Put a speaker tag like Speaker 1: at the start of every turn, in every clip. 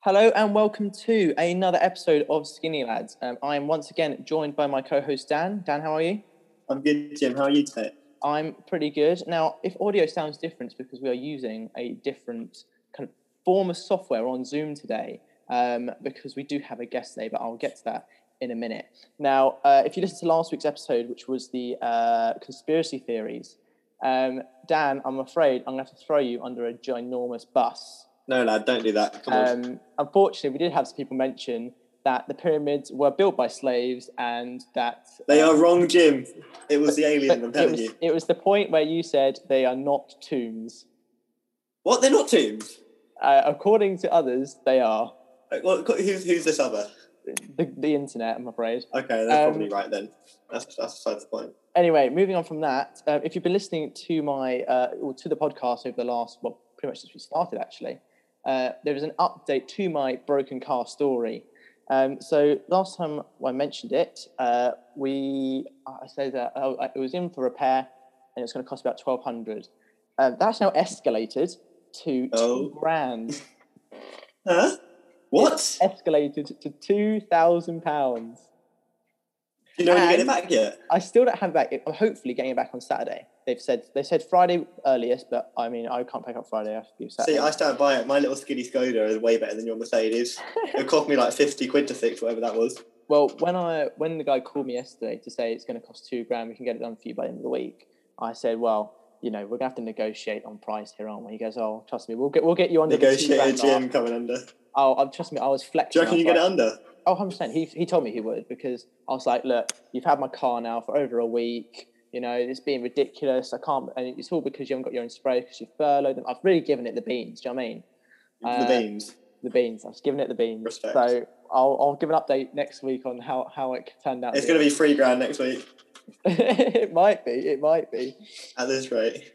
Speaker 1: Hello and welcome to another episode of Skinny Lads. Um, I am once again joined by my co-host Dan. Dan, how are you?
Speaker 2: I'm good, Jim. How are you today?
Speaker 1: I'm pretty good. Now, if audio sounds different, it's because we are using a different kind of form of software on Zoom today, um, because we do have a guest today, but I'll get to that in a minute. Now, uh, if you listen to last week's episode, which was the uh, conspiracy theories, um, Dan, I'm afraid I'm going to have to throw you under a ginormous bus.
Speaker 2: No, lad, don't do that. Come on.
Speaker 1: Um, unfortunately, we did have some people mention that the pyramids were built by slaves and that
Speaker 2: They
Speaker 1: um,
Speaker 2: are wrong, Jim. It was the
Speaker 1: but
Speaker 2: alien, I'm
Speaker 1: it
Speaker 2: telling
Speaker 1: was,
Speaker 2: you.
Speaker 1: it was the point where you said they are not tombs.
Speaker 2: What? They're not tombs?
Speaker 1: Uh, according to others, they are.
Speaker 2: Like, what, who's, who's this other?
Speaker 1: The, the internet, I'm afraid.
Speaker 2: Okay, they're
Speaker 1: Um,
Speaker 2: probably right then. That's, that's beside the point.
Speaker 1: Anyway, moving on from that, um, if you've been listening to my uh, or to the podcast over the last, well, pretty much since we started actually, uh, there is an update to my broken car story. Um, so last time I mentioned it, uh, we I said that oh, it was in for repair and it's going to cost about twelve hundred. Um, that's now escalated to
Speaker 2: Oh.
Speaker 1: two grand.
Speaker 2: Huh? What?
Speaker 1: escalated to two thousand pounds.
Speaker 2: Do you know when you get it
Speaker 1: and-
Speaker 2: back yet?
Speaker 1: I still don't have it back. I'm hopefully getting it back on Saturday. They've said they said Friday earliest, but I mean I can't pick up Friday. I have to do Saturday.
Speaker 2: See, I stand by it. My little skinny Skoda is way better than your Mercedes. it cost me like 50 quid to fix, whatever that was.
Speaker 1: well, when I when the guy called me yesterday to say it's going to cost two grand, we can get it done for you by the end of the week. I said, well, you know, we're gonna have to negotiate on price here, aren't we? He goes, oh, trust me, we'll get we'll get you under the
Speaker 2: Negotiated
Speaker 1: two grand
Speaker 2: Jim
Speaker 1: mark.
Speaker 2: coming under. Do
Speaker 1: Oh, I- trust me, I was
Speaker 2: you
Speaker 1: flexing.
Speaker 2: reckon you
Speaker 1: I
Speaker 2: get it
Speaker 1: was
Speaker 2: under?
Speaker 1: like, oh, 100 percent. He he told me he would because I was like, look, you've had my car now for over a week. You know, it's being ridiculous. I can't, and it's all because you haven't got your own spray because you furloughed them. I've really given it the beans. Do you know what I mean?
Speaker 2: the
Speaker 1: Uh,
Speaker 2: beans.
Speaker 1: the beans. I was giving it the beans.
Speaker 2: Respect.
Speaker 1: So I'll, I'll give an update next week on how, how it turned out.
Speaker 2: It's going to be three grand next week
Speaker 1: it might be. It might be.
Speaker 2: at this rate.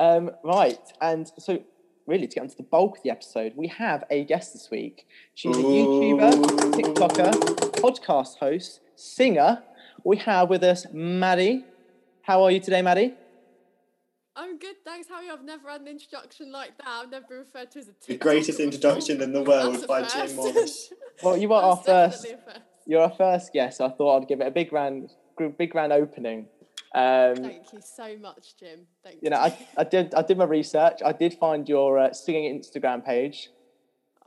Speaker 1: Um, right. And so, really, to get onto the bulk of the episode, we have a guest this week. She's a YouTuber,
Speaker 2: Ooh.
Speaker 1: TikToker, podcast host, singer. We have with us Maddie. How are you today, Maddie?
Speaker 3: I'm good, thanks. How are you? I've never had an introduction like that. I've never been referred to as a
Speaker 2: The
Speaker 3: TikToker
Speaker 2: greatest
Speaker 3: before.
Speaker 2: introduction in the
Speaker 3: That's
Speaker 2: world
Speaker 3: a
Speaker 2: by
Speaker 3: first.
Speaker 2: Jim Morris.
Speaker 1: Well, you are our
Speaker 3: That's
Speaker 1: first.
Speaker 3: definitely a first.
Speaker 1: You're our first guest. I thought I'd give it a big grand, big grand opening. Um,
Speaker 3: Thank you so much, Jim. Thank
Speaker 1: you know, I, I did I did my research. I did find your uh, singing Instagram page.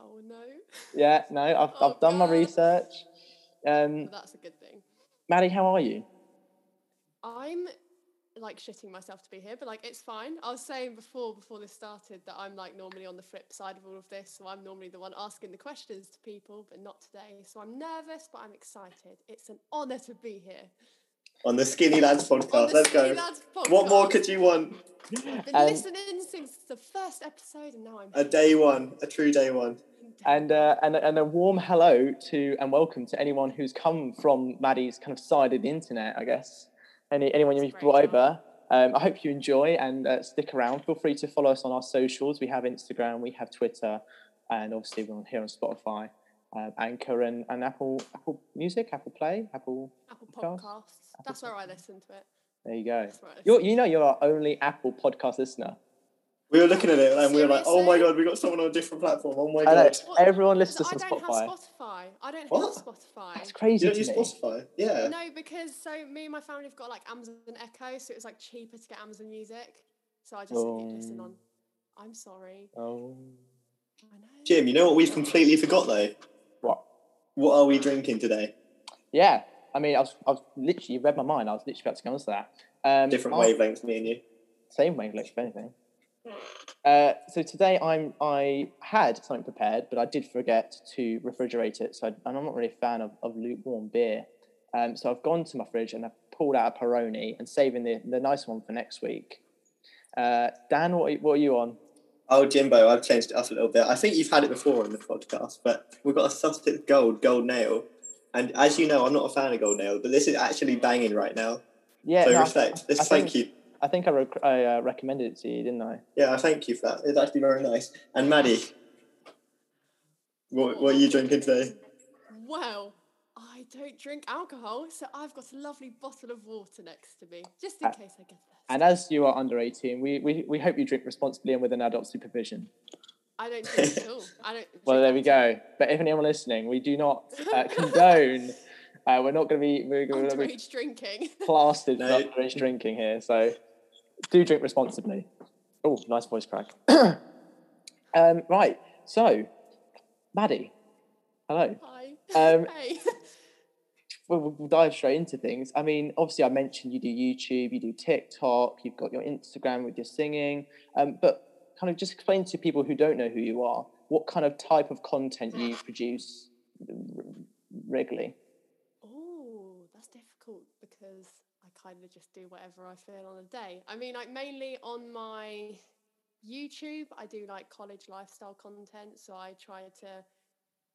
Speaker 3: oh no,
Speaker 1: Yeah, no, I've,
Speaker 3: Oh,
Speaker 1: I've done my
Speaker 3: God.
Speaker 1: research. Um,
Speaker 3: Well, that's a good thing.
Speaker 1: Maddie, how are you?
Speaker 3: I'm like shitting myself to be here, but like it's fine. I was saying before before this started that I'm like normally on the flip side of all of this, so I'm normally the one asking the questions to people, but not today. So I'm nervous, but I'm excited. It's an honor to be here.
Speaker 2: on the Skinny Lads
Speaker 3: on
Speaker 2: podcast.
Speaker 3: the
Speaker 2: Let's
Speaker 3: Skinny
Speaker 2: go.
Speaker 3: Lads
Speaker 2: What more
Speaker 3: podcast.
Speaker 2: could you want?
Speaker 3: I've been
Speaker 1: Um,
Speaker 3: listening since the first episode, and now I'm
Speaker 2: A day one, a true day one.
Speaker 1: And uh, and and a warm hello to and welcome to anyone who's come from Maddie's kind of side of the internet, I guess. Any anyone
Speaker 3: That's
Speaker 1: you've
Speaker 3: great,
Speaker 1: brought
Speaker 3: John.
Speaker 1: over. Um, I hope you enjoy and uh, stick around. Feel free to follow us on our socials. We have Instagram, we have Twitter, and obviously we're on here on Spotify, uh, Anchor, and, and Apple Apple Music, Apple Play, Apple.
Speaker 3: Apple
Speaker 1: Podcasts?
Speaker 3: Podcasts. That's where I listen to it.
Speaker 1: There you go.
Speaker 3: That's where I listen
Speaker 1: You're,
Speaker 3: to
Speaker 1: you
Speaker 3: it.
Speaker 1: know, you're our only Apple podcast listener.
Speaker 2: We were looking at it and we were like, oh my
Speaker 3: Seriously?
Speaker 2: god, we got someone on a different platform. Oh my
Speaker 1: I know
Speaker 2: god.
Speaker 3: What?
Speaker 1: everyone
Speaker 3: Because
Speaker 1: listens to
Speaker 3: I
Speaker 1: us on
Speaker 3: don't
Speaker 1: Spotify.
Speaker 3: have Spotify. I don't
Speaker 2: What?
Speaker 3: have Spotify.
Speaker 1: That's crazy
Speaker 2: You don't
Speaker 1: to
Speaker 2: use
Speaker 1: me.
Speaker 2: Spotify? Yeah.
Speaker 3: No, because so me and my family have got like Amazon Echo, so it was like cheaper to get Amazon Music. So I just listen
Speaker 1: Oh.
Speaker 3: on. I'm sorry.
Speaker 1: Oh,
Speaker 3: I know.
Speaker 2: Jim, you know what we've completely forgot though?
Speaker 1: what?
Speaker 2: What are we drinking today?
Speaker 1: Yeah, I mean, I was, I was literally you read my mind. I was literally about to go onto that. Um,
Speaker 2: Different
Speaker 1: I-
Speaker 2: wavelengths, me and you.
Speaker 1: Same wavelength, if anything. Uh, so today I'm I had something prepared, but I did forget to refrigerate it. So I, and I'm not really a fan of, of lukewarm beer. Um, so I've gone to my fridge and I've pulled out a Peroni and saving the, the nice one for next week. Uh, Dan, what are, you- what are you on?
Speaker 2: Oh, Jimbo, I've changed it up a little bit. I think you've had it before on the podcast, but we've got a substitute gold, gold nail. And as you know, I'm not a fan of gold nail, but this is actually banging right now.
Speaker 1: Yeah,
Speaker 2: so
Speaker 1: no, I-
Speaker 2: respect. This,
Speaker 1: I
Speaker 2: thank
Speaker 1: think-
Speaker 2: you.
Speaker 1: I think I, rec- I uh, recommended it to you, didn't I?
Speaker 2: Yeah, I thank you for that. It's actually very nice. And Maddie, what, what are you drinking today?
Speaker 3: Well, I don't drink alcohol, so I've got a lovely bottle of water next to me, just
Speaker 1: Uh,
Speaker 3: in case I get thirsty.
Speaker 1: And as you are under 18, we, we, we hope you drink responsibly and with an adult supervision.
Speaker 3: I don't do it at all. I don't.
Speaker 1: Well, there we go. But if anyone listening, we do not uh, condone. Uh, we're not going to be we're going to be
Speaker 3: Underage drinking.
Speaker 1: plastered
Speaker 2: No.
Speaker 1: with underage drinking here. So do drink responsibly. Oh, nice voice crack. um, right. So, Maddie, hello.
Speaker 3: Hi.
Speaker 1: Um,
Speaker 3: hey.
Speaker 1: We'll, we'll dive straight into things. I mean, obviously, I mentioned you do YouTube, you do TikTok, you've got your Instagram with your singing. Um, but kind of just explain to people who don't know who you are what kind of type of content you produce r- regularly.
Speaker 3: Oh, that's difficult because I kind of just do whatever I feel on a day. I mean, like mainly on my YouTube, I do like college lifestyle content. So I try to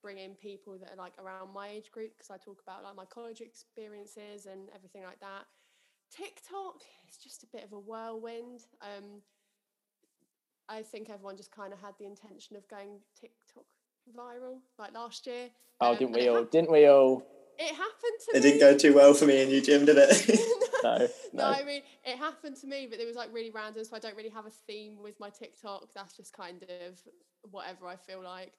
Speaker 3: bring in people that are like around my age group because I talk about like my college experiences and everything like that. TikTok is just a bit of a whirlwind. Um, I think everyone just kind of had the intention of going TikTok viral like last year.
Speaker 1: Oh,
Speaker 3: Um,
Speaker 1: didn't
Speaker 3: and
Speaker 1: we
Speaker 3: it
Speaker 1: all?
Speaker 3: hap-
Speaker 1: Didn't we all?
Speaker 3: it happened to
Speaker 2: It
Speaker 3: me.
Speaker 2: didn't go too well for me and you, Jim, did it?
Speaker 1: No,
Speaker 3: no,
Speaker 1: no.
Speaker 3: I mean it happened to me, but it was like really random, so I don't really have a theme with my TikTok. That's just kind of whatever I feel like,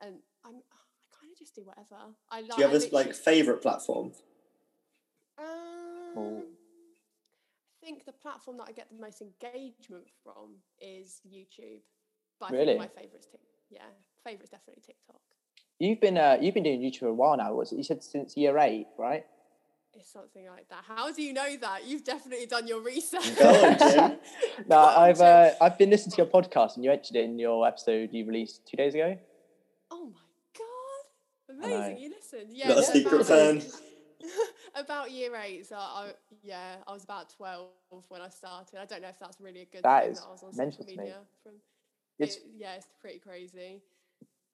Speaker 3: and I'm I kind of just do whatever I like.
Speaker 2: Do you have
Speaker 3: I
Speaker 2: a like
Speaker 3: literally-
Speaker 2: favorite platform?
Speaker 3: um, I think the platform that I get the most engagement from is YouTube, but I
Speaker 1: Really?
Speaker 3: think my favorite's TikTok. Yeah, favorite's definitely TikTok.
Speaker 1: You've been uh, you've been doing YouTube for a while now. Was it? You said since year eight, right?
Speaker 3: It's something like that. How do you know that? You've definitely done your research.
Speaker 2: Go on, Jim.
Speaker 1: No,
Speaker 3: Go on,
Speaker 1: I've
Speaker 3: Jim.
Speaker 1: uh, I've been listening to your podcast, and you mentioned it in your episode you released two days ago.
Speaker 3: Oh my god!
Speaker 1: I know.
Speaker 3: Amazing, you listened. Yeah,
Speaker 2: Not a
Speaker 3: it's
Speaker 2: secret fan.
Speaker 3: about- about year eight, so I yeah, I was about twelve when I started. I don't know if that's really a good
Speaker 1: That
Speaker 3: thing
Speaker 1: is
Speaker 3: that I was on
Speaker 1: mental
Speaker 3: social
Speaker 1: to me.
Speaker 3: media from.
Speaker 1: It's
Speaker 3: it- yeah, it's pretty crazy.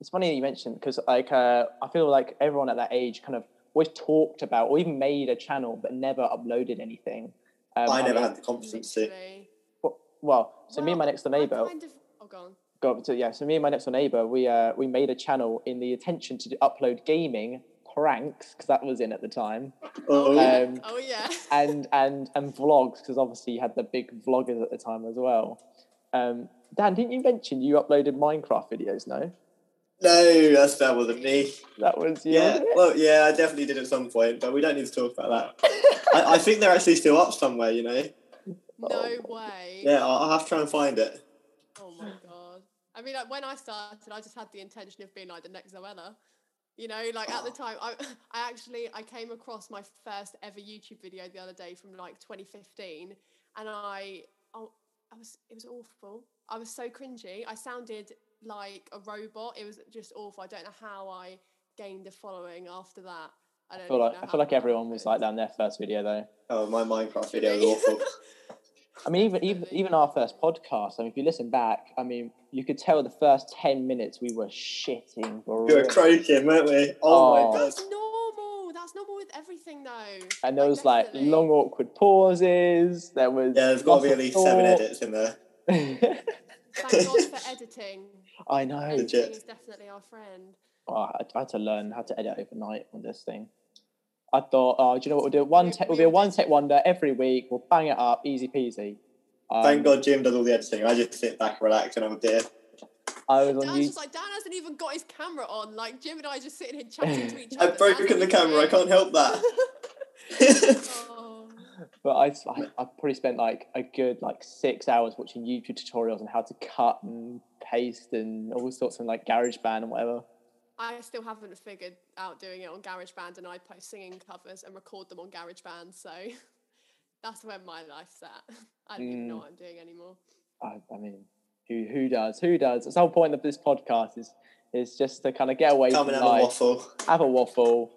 Speaker 1: it's funny you mentioned because like uh, I feel like everyone at that age kind of always talked about or even made a channel but never uploaded anything. Um,
Speaker 2: I never
Speaker 1: mean,
Speaker 2: had the confidence to.
Speaker 3: literally.
Speaker 1: w- Well, so me and my
Speaker 3: Well,
Speaker 1: next door
Speaker 3: I
Speaker 1: neighbor
Speaker 3: Kind of, oh, go on.
Speaker 1: got to, yeah. So me and my next door neighbor we uh, we made a channel in the intention to upload gaming pranks because that was in at the time.
Speaker 2: Oh,
Speaker 1: Um,
Speaker 3: oh yeah.
Speaker 1: and and and vlogs because obviously you had the big vloggers at the time as well. Um, Dan, didn't you mention you uploaded Minecraft videos? No,
Speaker 2: no, that's that wasn't me.
Speaker 1: that was you.
Speaker 2: Yeah,
Speaker 1: wasn't it?
Speaker 2: well, yeah, I definitely did at some point, but we don't need to talk about that. I, I think they're actually still up somewhere, you know.
Speaker 3: no way.
Speaker 2: Yeah, I'll, I'll have to try and find it.
Speaker 3: Oh my god. I mean, like when I started, I just had the intention of being like the next Zoella. You know, like
Speaker 1: Ah.
Speaker 3: at the time, I, I actually I came across my first ever YouTube video the other day from like 2015, and I, oh, I was it was awful. I was so cringy. I sounded like a robot. It was just awful. I don't know how I gained a following after that. I don't
Speaker 1: I feel
Speaker 3: even
Speaker 1: like
Speaker 3: know
Speaker 1: I
Speaker 3: how
Speaker 1: feel like
Speaker 3: that
Speaker 1: everyone was like
Speaker 3: happened.
Speaker 1: that in their first video though.
Speaker 2: Oh, my Minecraft video was awful.
Speaker 1: I mean, even even even our first podcast. I mean, if you listen back, I mean, you could tell the first ten minutes we were shitting.
Speaker 2: we were
Speaker 1: bricks.
Speaker 2: croaking, weren't we?
Speaker 1: Oh.
Speaker 2: Oh, my god.
Speaker 3: That's normal. That's normal with everything though.
Speaker 1: And there was like
Speaker 3: definitely.
Speaker 1: long awkward pauses. There was
Speaker 2: Yeah, there's got to be at
Speaker 1: lots
Speaker 2: least
Speaker 1: of
Speaker 2: seven
Speaker 1: thought.
Speaker 2: edits in there.
Speaker 3: Thank God for editing.
Speaker 1: I know.
Speaker 2: Legit.
Speaker 3: Editing is definitely our friend.
Speaker 1: Oh, I I had to learn how to edit overnight on this thing. I thought, oh, do you know what we'll do? One, te- we'll be a one tech wonder every week. We'll bang it up, easy peasy. Um,
Speaker 2: Thank God Jim does all the editing. I just sit back, relax, and I'm a dear.
Speaker 1: I was on
Speaker 3: Dan's
Speaker 1: YouTube.
Speaker 3: just like Dan hasn't even got his camera on. Like Jim and I just sitting here chatting to each
Speaker 2: I
Speaker 3: other.
Speaker 2: have broken the
Speaker 3: Dan's
Speaker 2: camera. I
Speaker 3: like-
Speaker 2: can't help that.
Speaker 3: Oh,
Speaker 1: But I, I, I probably spent like a good like six hours watching YouTube tutorials on how to cut and paste and all sorts of like GarageBand and whatever.
Speaker 3: I still haven't figured out doing it on GarageBand, and I post singing covers and record them on GarageBand. So that's where my life's at. I don't even
Speaker 2: Hmm.
Speaker 3: know
Speaker 1: Mm.
Speaker 3: what I'm doing anymore.
Speaker 1: I, I mean, who who does? Who does? That's the whole point of this podcast is is just to kind of get away
Speaker 2: Come
Speaker 1: from
Speaker 2: and have a
Speaker 1: life,
Speaker 2: waffle.
Speaker 1: have a waffle,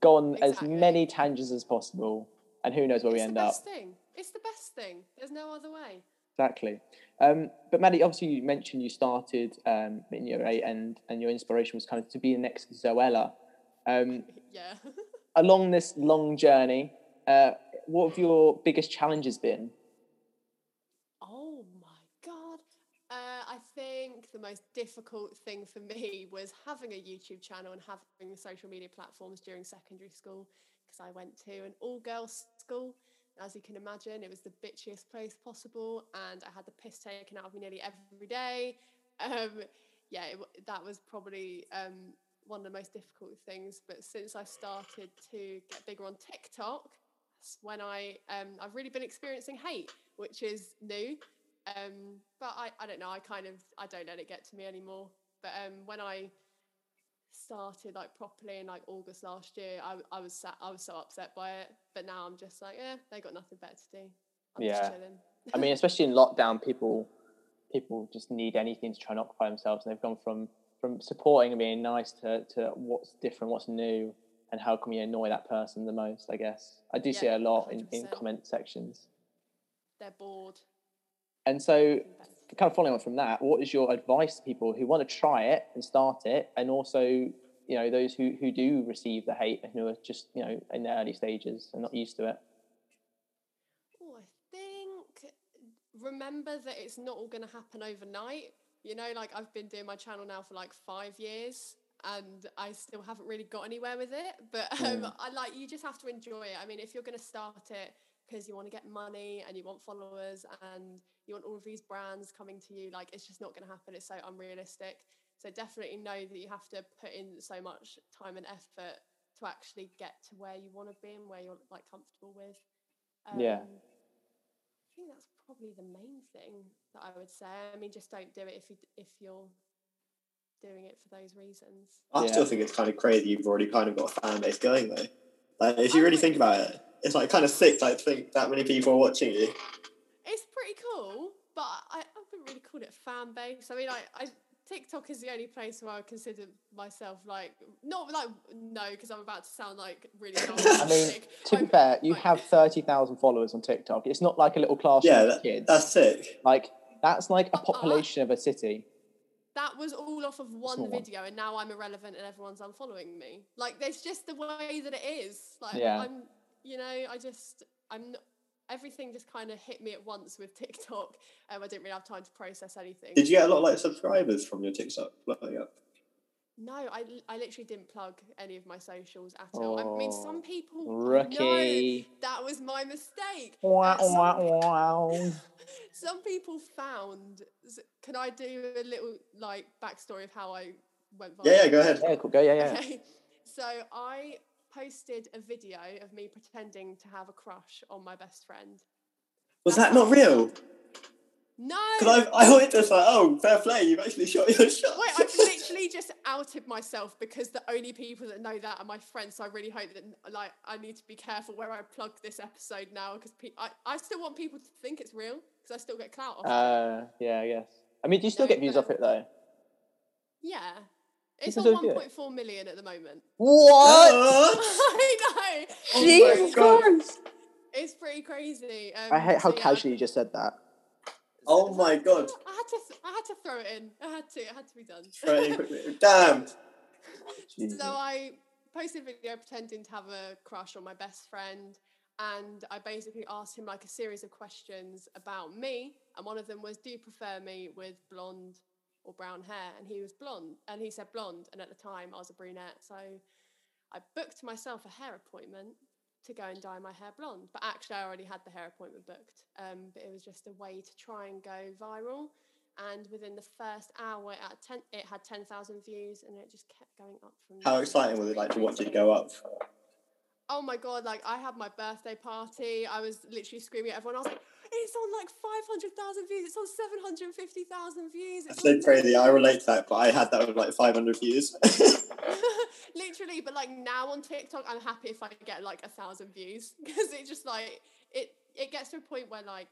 Speaker 1: go on
Speaker 3: Exactly.
Speaker 1: as many tangents as possible, and who knows where we
Speaker 3: it's
Speaker 1: end
Speaker 3: the
Speaker 1: up.
Speaker 3: best thing. It's the best thing. There's no other way.
Speaker 1: Exactly. Um, but Maddie, obviously you mentioned you started um, in year eight, and and your inspiration was kind of to be the next Zoella. Um,
Speaker 3: Yeah.
Speaker 1: along this long journey, uh, what have your biggest challenges been?
Speaker 3: Oh my god. Uh, I think the most difficult thing for me was having a YouTube channel and having social media platforms during secondary school because I went to an all girls school. As you can imagine, it was the bitchiest place possible, and I had the piss taken out of me nearly every day. Um, yeah, it, w- that was probably um, one of the most difficult things. But since I started to get bigger on TikTok, that's when I um, I've really been experiencing hate, which is new. Um, but I, I don't know. I kind of I don't let it get to me anymore. But um, when I started like properly in like August last year, I, I was sat, I was so upset by it. But now I'm just like, yeah, they got nothing better to do. I'm
Speaker 1: Yeah.
Speaker 3: just chilling.
Speaker 1: I mean, especially in lockdown, people people just need anything to try and occupy themselves, and they've gone from from supporting and being nice to to what's different, what's new, and how can we annoy that person the most? I guess I do see
Speaker 3: Yeah,
Speaker 1: it a lot in, in
Speaker 3: 100%.
Speaker 1: comment sections.
Speaker 3: They're bored.
Speaker 1: And so,
Speaker 3: Nothing better to do.
Speaker 1: kind of following on from that, what is your advice to people who want to try it and start it, and also you know those who who do receive the hate and who are just you know in their early stages and not used to it?
Speaker 3: Oh, I think remember that it's not all going to happen overnight. You know, like I've been doing my channel now for like five years and I still haven't really got anywhere with it. But um,
Speaker 1: Mm.
Speaker 3: I like you just have to enjoy it. I mean, if you're going to start it because you want to get money and you want followers and you want all of these brands coming to you, like it's just not going to happen. It's so unrealistic. So definitely know that you have to put in so much time and effort to actually get to where you want to be and where you're like comfortable with. Um,
Speaker 1: Yeah.
Speaker 3: I think that's probably the main thing that I would say. I mean, just don't do it if you if you're doing it for those reasons.
Speaker 2: I
Speaker 1: Yeah.
Speaker 2: still think it's kind of crazy. You've already kind of got a fan base going though. Like if you really think about it, it's like kind of sick. Like think that many people are watching you.
Speaker 3: It's pretty cool, but I, I wouldn't really call it a fan base. I mean, I, I TikTok is the only place where I consider myself like not like no, because I'm about to sound like really.
Speaker 2: I
Speaker 1: mean,
Speaker 3: narcissistic.
Speaker 1: To be
Speaker 3: I'm-
Speaker 1: fair, you
Speaker 3: I'm-
Speaker 1: have thirty thousand followers on TikTok. It's not like a little classroom
Speaker 2: Yeah,
Speaker 1: of kids.
Speaker 2: That's sick.
Speaker 1: Like that's like a
Speaker 3: Uh-uh.
Speaker 1: population of a city.
Speaker 3: that was all off of
Speaker 1: Small
Speaker 3: one
Speaker 1: one.
Speaker 3: video and now I'm irrelevant and everyone's unfollowing me. Like there's just the way that it is. Like
Speaker 1: Yeah.
Speaker 3: I'm you know, I just I'm not, everything just kind of hit me at once with TikTok. Um, I didn't really have time to process anything.
Speaker 2: Did you get a lot of like subscribers from your TikTok blowing up?
Speaker 3: No, I, li- I literally didn't plug any of my socials at all. I mean,
Speaker 1: Oh,
Speaker 3: some people No,
Speaker 1: Rookie.
Speaker 3: that was my mistake.
Speaker 1: Wow,
Speaker 3: Uh, some
Speaker 1: wow, wow.
Speaker 3: some people found can I do a little like backstory of how I went viral?
Speaker 2: Yeah, yeah, go ahead.
Speaker 1: Yeah, cool. Go, yeah, yeah.
Speaker 3: Okay. So I posted a video of me pretending to have a crush on my best friend.
Speaker 2: Was that not real?
Speaker 3: No.
Speaker 2: Because I, I always just like, oh, fair play, you've actually shot your shot.
Speaker 3: Wait, I've literally just outed myself because the only people that know that are my friends. So I really hope that, like, I need to be careful where I plug this episode now because pe- I, I still want people to think it's real because I still get clout off. it.
Speaker 1: Uh, yeah, I guess. I mean, do you still
Speaker 3: No,
Speaker 1: get views
Speaker 3: but-
Speaker 1: off it though?
Speaker 3: yeah.
Speaker 1: this
Speaker 3: It's
Speaker 1: is
Speaker 3: on
Speaker 1: so good.
Speaker 3: 1.4 million at the moment.
Speaker 1: Oh
Speaker 3: I know.
Speaker 2: Oh my Jesus God.
Speaker 1: Christ!
Speaker 3: It's pretty crazy. Um,
Speaker 1: I hate how
Speaker 3: so yeah,
Speaker 1: casually you just said that.
Speaker 2: Oh my God.
Speaker 3: I had to, th- I had to throw it in. I had to, it had to be done.
Speaker 2: Right, quickly. Damn.
Speaker 1: Jesus.
Speaker 3: so uh, I posted a video pretending to have a crush on my best friend, and I basically asked him like a series of questions about me, and one of them was, "Do you prefer me with blonde or brown hair?" And he was blonde, and he said blonde, and at the time I was a brunette, so I booked myself a hair appointment to go and dye my hair blonde. But actually, I already had the hair appointment booked. Um, but it was just a way to try and go viral. And within the first hour, it had ten, it had ten thousand views, and it just kept going up from.
Speaker 2: How
Speaker 3: there.
Speaker 2: exciting was it like to watch it go up?
Speaker 3: Oh my god! Like I had my birthday party. I was literally screaming at everyone. I was like, "It's on like five hundred thousand views. It's on seven hundred fifty thousand views."
Speaker 2: That's
Speaker 3: It's
Speaker 2: so
Speaker 3: on
Speaker 2: crazy. I relate to that, but I had that with like 500 views.
Speaker 3: literally but like now on tiktok i'm happy if i get like a thousand views because it just like it it gets to a point where like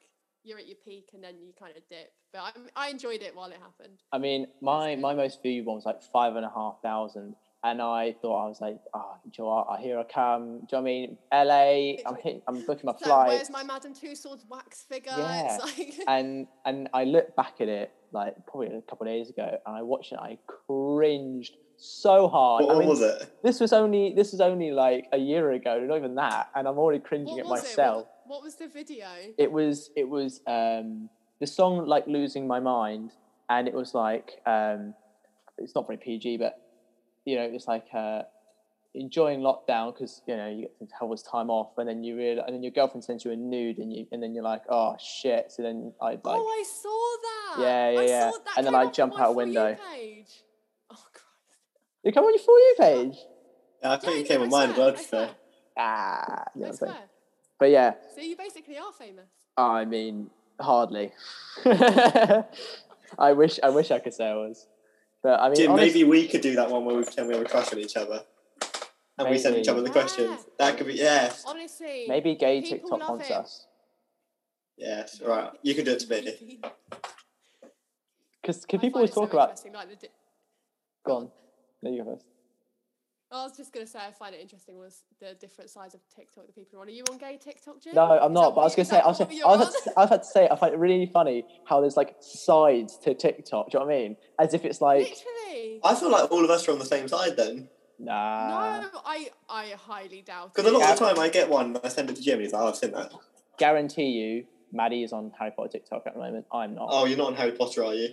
Speaker 3: you're at your peak and then you kind of dip but I'm, i enjoyed it while it happened
Speaker 1: I mean, my my most viewed one was like five and a half thousand, and I thought I was like, ah, do you know what? I here I come. Do you know what I mean? L.A. I'm hitting, I'm booking my
Speaker 3: so
Speaker 1: flight,
Speaker 3: where's my madam two swords wax figure
Speaker 1: Yeah.
Speaker 3: it's like
Speaker 1: and and I looked back at it like probably a couple of days ago, and I watched it. I cringed so hard.
Speaker 2: what
Speaker 1: I
Speaker 2: one
Speaker 1: mean,
Speaker 2: was it?
Speaker 1: this was only this was only like a year ago, not even that, and I'm already cringing
Speaker 3: what
Speaker 1: at
Speaker 3: was
Speaker 1: myself.
Speaker 3: it what, what was the video
Speaker 1: It was it was um, the song like losing my mind, and it was like um, it's not very PG, but you know it's like uh, enjoying lockdown because you know you get to have all this time off, and then you realize, and then your girlfriend sends you a nude, and you and then you're like, oh shit. So then I like
Speaker 3: oh i saw
Speaker 1: Yeah, yeah,
Speaker 3: I
Speaker 1: yeah.
Speaker 3: saw that
Speaker 1: And then
Speaker 3: came
Speaker 1: I
Speaker 3: up on
Speaker 1: jump
Speaker 3: my
Speaker 1: out a
Speaker 3: For You
Speaker 1: window.
Speaker 3: Page. Oh Christ.
Speaker 1: You come on your for you page.
Speaker 2: Yeah, I think
Speaker 3: Yeah,
Speaker 2: it came
Speaker 3: no,
Speaker 2: on
Speaker 3: I
Speaker 2: mine as
Speaker 3: swear,
Speaker 2: well,
Speaker 3: I
Speaker 2: to be
Speaker 3: swear,
Speaker 2: fair.
Speaker 1: Ah, you know what
Speaker 3: I
Speaker 1: I'm saying?
Speaker 3: swear.
Speaker 1: But yeah,
Speaker 3: So you basically are famous.
Speaker 1: I mean, hardly. I wish, I wish I could say I was. But I mean,
Speaker 2: Jim,
Speaker 1: honest-
Speaker 2: maybe we could do that one where we pretend we have a crush on each other. And we send each
Speaker 1: Maybe.
Speaker 2: other the
Speaker 3: Yeah.
Speaker 2: questions. That could be, yeah.
Speaker 3: Honestly.
Speaker 1: maybe gay
Speaker 3: People
Speaker 1: TikTok
Speaker 3: love
Speaker 1: wants
Speaker 3: him.
Speaker 1: us
Speaker 2: Yes, all right. You can do it to me.
Speaker 1: because
Speaker 3: I
Speaker 1: people
Speaker 3: find
Speaker 1: always
Speaker 3: it so
Speaker 1: talk about
Speaker 3: interesting, Like the di-
Speaker 1: gone. There you go first.
Speaker 3: I was just gonna say, I find it interesting was the different sides of TikTok that people are on. Are you on gay TikTok, Jim?
Speaker 1: No, I'm
Speaker 3: Is
Speaker 1: not.
Speaker 3: that
Speaker 1: But I was
Speaker 3: what you-
Speaker 1: gonna
Speaker 3: is
Speaker 1: say,
Speaker 3: that
Speaker 1: I was, I
Speaker 3: what
Speaker 1: was,
Speaker 3: you're on?
Speaker 1: had to- I was had to say, I find it really funny how there's like sides to TikTok. Do you know what I mean? As if it's like,
Speaker 3: Literally.
Speaker 2: I feel like all of us are on the same side then.
Speaker 1: nah,
Speaker 3: no, I, I highly doubt it.
Speaker 2: Because a lot of the time I get one and I send it to Jim and he's like, oh, I've seen that.
Speaker 1: guarantee you, Maddie is on Harry Potter TikTok at the moment. I'm not.
Speaker 2: Oh, you're not on Harry Potter, are you?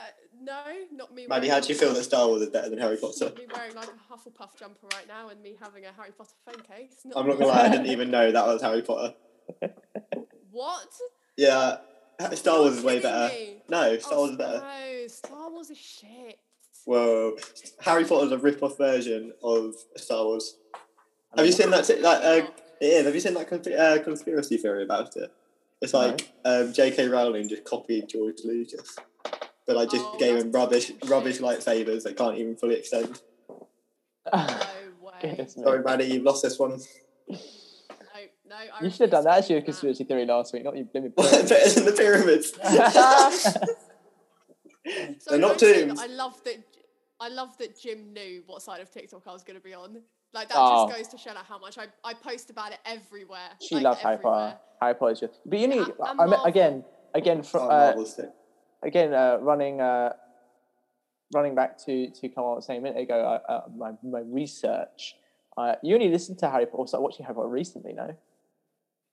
Speaker 3: Uh, no, not me.
Speaker 2: Maddie,
Speaker 3: wearing-
Speaker 2: how do you feel that Star Wars is better than Harry Potter?
Speaker 3: Not me wearing like a Hufflepuff jumper right now and me having a Harry Potter phone case. Not
Speaker 2: I'm not gonna lie, I didn't even know that was Harry Potter.
Speaker 3: What?
Speaker 2: Yeah, Star Wars is
Speaker 3: You're
Speaker 2: way
Speaker 3: kidding
Speaker 2: better.
Speaker 3: me.
Speaker 2: No, Star
Speaker 3: Oh,
Speaker 2: Wars is better.
Speaker 3: No, Star Wars is shit.
Speaker 2: Whoa, Harry Potter's a rip-off version of Star Wars. Have you seen that? T- that uh, it is. Have you seen that consp- uh, conspiracy theory about it? It's
Speaker 1: No.
Speaker 2: like um, J.K. Rowling just copied George Lucas, but like just
Speaker 3: Oh,
Speaker 2: gave
Speaker 3: that's
Speaker 2: him rubbish,
Speaker 3: bullshit.
Speaker 2: rubbish lightsabers that can't even fully extend.
Speaker 3: No way.
Speaker 1: Goodness me.
Speaker 2: Sorry, Maddie, you've lost this one.
Speaker 3: no, no. I
Speaker 1: You should have done that as your
Speaker 3: refuse to believe
Speaker 1: conspiracy theory last week, not you blimmin' prick.
Speaker 2: Better than the pyramids.
Speaker 3: that.
Speaker 2: They're
Speaker 3: no,
Speaker 2: not
Speaker 3: Jim,
Speaker 2: tombs.
Speaker 3: I love that. I love that Jim knew what side of TikTok I was going to be on. Like that
Speaker 1: Oh.
Speaker 3: just goes to show like how much I, I post about it everywhere.
Speaker 1: She
Speaker 3: like,
Speaker 1: loves Harry Potter.
Speaker 3: everywhere.
Speaker 1: Harry Potter's just. But you need.
Speaker 3: and
Speaker 1: I mean,
Speaker 3: Marvel.
Speaker 1: again, again, fr-
Speaker 2: Oh,
Speaker 1: uh,
Speaker 2: Marvel's sick.
Speaker 1: again, uh, running, uh, running back to to come on saying a minute ago, uh, uh, my my research. Uh, you only listened to Harry Potter, or started watching Harry Potter recently, no?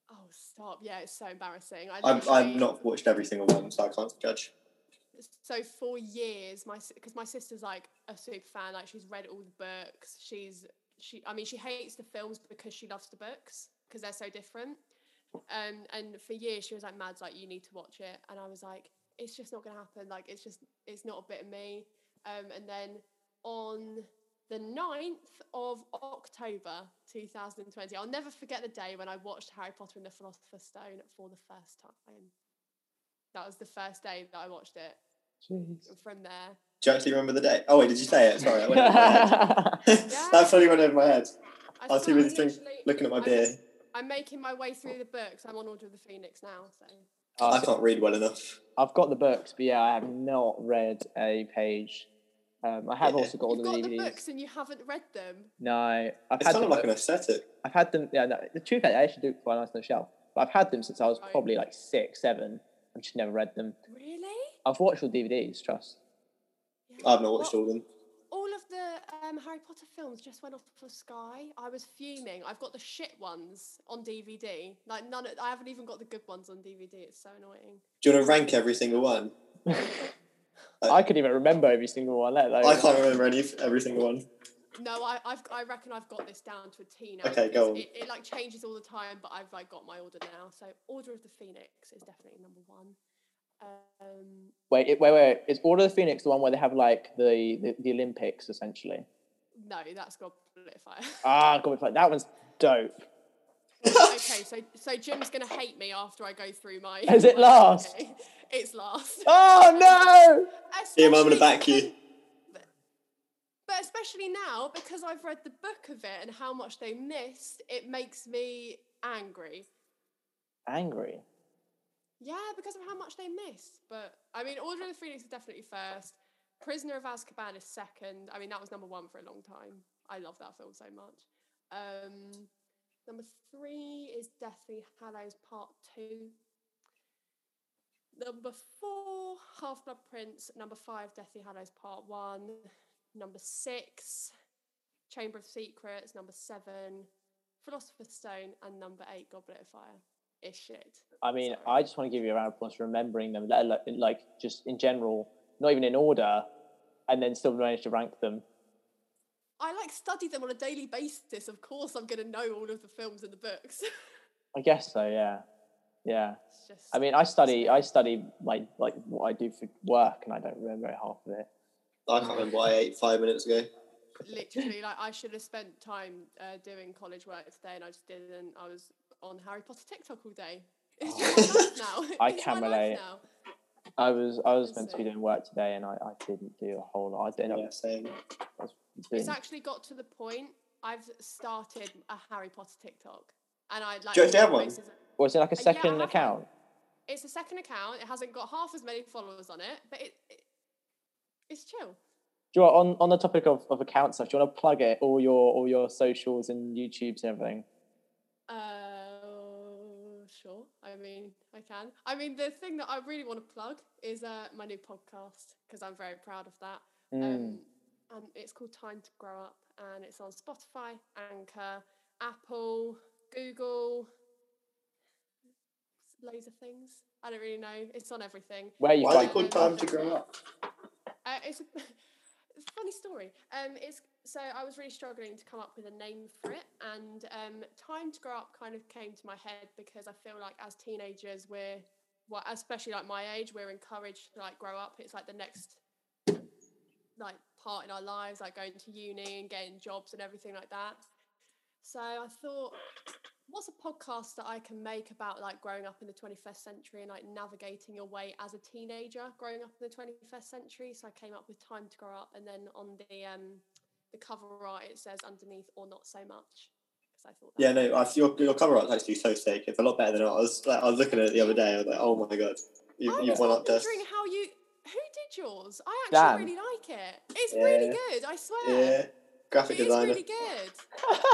Speaker 3: Oh stop! Yeah, it's so embarrassing. I
Speaker 2: I've, I've
Speaker 3: literally-
Speaker 2: not watched every single one, so I can't judge.
Speaker 3: so for years my because my sister's like a super fan like she's read all the books she's she i mean she hates the films because she loves the books because they're so different um and for years she was like mads like you need to watch it and i was like it's just not gonna happen like it's just it's not a bit of me um and then on the 9th of october 2020 i'll never forget the day when i watched harry potter and the philosopher's stone for the first time that was the first day that i watched it
Speaker 1: Jeez.
Speaker 3: from there.
Speaker 2: Do you actually remember the day? Oh wait, did you say it? Sorry, I went over my head. that fully went over my head.
Speaker 3: I
Speaker 2: I was too
Speaker 3: swear,
Speaker 2: busy drink,
Speaker 3: literally-
Speaker 2: looking at my
Speaker 3: I'm-
Speaker 2: beer.
Speaker 3: I'm making my way through the books. I'm on Order of the Phoenix now, so
Speaker 2: I
Speaker 1: Uh,
Speaker 2: can't read well enough.
Speaker 1: I've got the books, but yeah, I have not read a page. Um, I have
Speaker 2: Yeah.
Speaker 1: also got all
Speaker 3: you've
Speaker 1: the
Speaker 3: got
Speaker 1: DVDs.
Speaker 3: the books and you haven't read them.
Speaker 1: No, I've
Speaker 2: It's
Speaker 1: had
Speaker 2: kind
Speaker 1: the
Speaker 2: of like an
Speaker 1: books.
Speaker 2: aesthetic.
Speaker 1: I've had them. Yeah, no, the truth is, I actually do quite nice on the shelf. But I've had them since I was
Speaker 3: Right.
Speaker 1: probably like six, seven. I've just never read them.
Speaker 3: Really?
Speaker 1: I've watched all DVDs. Trust.
Speaker 3: Yeah.
Speaker 2: I've not watched
Speaker 3: Well,
Speaker 2: all of them.
Speaker 3: all of the um, Harry Potter films just went off for Sky. I was fuming. I've got the shit ones on DVD. Like none. Of, I haven't even got the good ones on DVD. It's so annoying.
Speaker 2: Do you want to rank every single one?
Speaker 1: I could even remember every single one. Let alone.
Speaker 2: I can't remember any every single one.
Speaker 3: No, I I've, I reckon I've got this down to a T now.
Speaker 2: Okay,
Speaker 3: because
Speaker 2: go on.
Speaker 3: It, it like changes all the time, but I've like got my order now. So Order of the Phoenix is definitely number one. Um,
Speaker 1: Wait, it, wait, wait. Is Order of the Phoenix the one where they have like the the, the Olympics essentially?
Speaker 3: no, that's Goblet of Fire.
Speaker 1: Ah, God, like that one's dope.
Speaker 3: okay, so so Jim's gonna hate me after I go through my.
Speaker 1: Is it
Speaker 3: my
Speaker 1: last?
Speaker 3: ranking. It's last.
Speaker 1: Oh
Speaker 2: Jim, I'm gonna
Speaker 3: Especially
Speaker 2: back you.
Speaker 3: because- But especially now, because I've read the book of it and how much they missed, it makes me angry.
Speaker 1: no! Angry.
Speaker 3: Yeah, because of how much they missed. But I mean, Order of the Phoenix is definitely first. Prisoner of Azkaban is second. I mean, that was number one for a long time. I love that film so much. Um, number three is Deathly Hallows Part Two. Number four, Half Blood Prince. Number five, Deathly Hallows Part One. Number six, Chamber of Secrets. Number seven, Philosopher's Stone, and number eight, Goblet of Fire. Is shit.
Speaker 1: I mean,
Speaker 3: Sorry.
Speaker 1: I just want to give you a round of applause for remembering them, let alone, like just in general, not even in order, and then still manage to rank them.
Speaker 3: I like study them on a daily basis. Of course, I'm going to know all of the films and the books.
Speaker 1: I guess so, yeah. yeah.
Speaker 3: It's just.
Speaker 1: I mean, I study, I study like like what I do for work, and I don't remember half of it.
Speaker 2: I can't remember what I ate five minutes ago.
Speaker 3: literally like I should have spent time uh, doing college work today and I just didn't. I was on Harry Potter TikTok all day. It's just
Speaker 1: Oh.
Speaker 3: my life now.
Speaker 1: I
Speaker 3: It's
Speaker 1: can
Speaker 3: my life
Speaker 1: relate.
Speaker 3: now.
Speaker 1: I was I was meant to be
Speaker 3: Listen.
Speaker 1: doing work today, and I, I didn't do a whole lot. I didn't.
Speaker 2: Yeah, same.
Speaker 3: It's actually got to the point I've started a Harry Potter TikTok and I like
Speaker 2: Do you actually have
Speaker 3: no
Speaker 2: one?
Speaker 3: racism.
Speaker 1: was it like a
Speaker 3: yeah, I
Speaker 1: second
Speaker 3: have
Speaker 1: account?
Speaker 3: It's a second account. It hasn't got half as many followers on it, but it, it it's chill.
Speaker 1: Do you want, on on the topic of, of account stuff? Do you want to plug it all your all your socials and YouTubes and everything?
Speaker 3: Uh, sure. I mean, I can. I mean, the thing that I really want to plug is uh, my new podcast because I'm very proud of that.
Speaker 1: Mm.
Speaker 3: Um, and it's called Time to Grow Up, and it's on Spotify, Anchor, Apple, Google, loads of things. I don't really know. It's on everything.
Speaker 1: Where you
Speaker 2: Why is
Speaker 1: find
Speaker 2: it called time to grow up?
Speaker 3: Uh, it's, a, it's a funny story. Um, it's so I was really struggling to come up with a name for it, and um, time to grow up kind of came to my head because I feel like as teenagers we're, well, especially like my age, we're encouraged to like grow up. It's like the next like part in our lives, like going to uni and getting jobs and everything like that. So I thought, what's a podcast that I can make about like growing up in the 21st century and like navigating your way as a teenager growing up in the 21st century? So I came up with Time to Grow Up, and then on the um the cover art it says underneath or not so much because I thought that
Speaker 2: Yeah, no, I, your, your cover art's actually so sick. It's a lot better than I was. Like, I was looking at it the other day. I was like, oh my god, you,
Speaker 3: I
Speaker 2: you've
Speaker 3: was
Speaker 2: won up this.
Speaker 3: wondering how you who did yours? I actually
Speaker 1: Dan.
Speaker 3: really like it. It's really
Speaker 2: Yeah.
Speaker 3: good. I swear.
Speaker 2: Yeah, graphic
Speaker 3: It is
Speaker 2: designer.
Speaker 3: really good.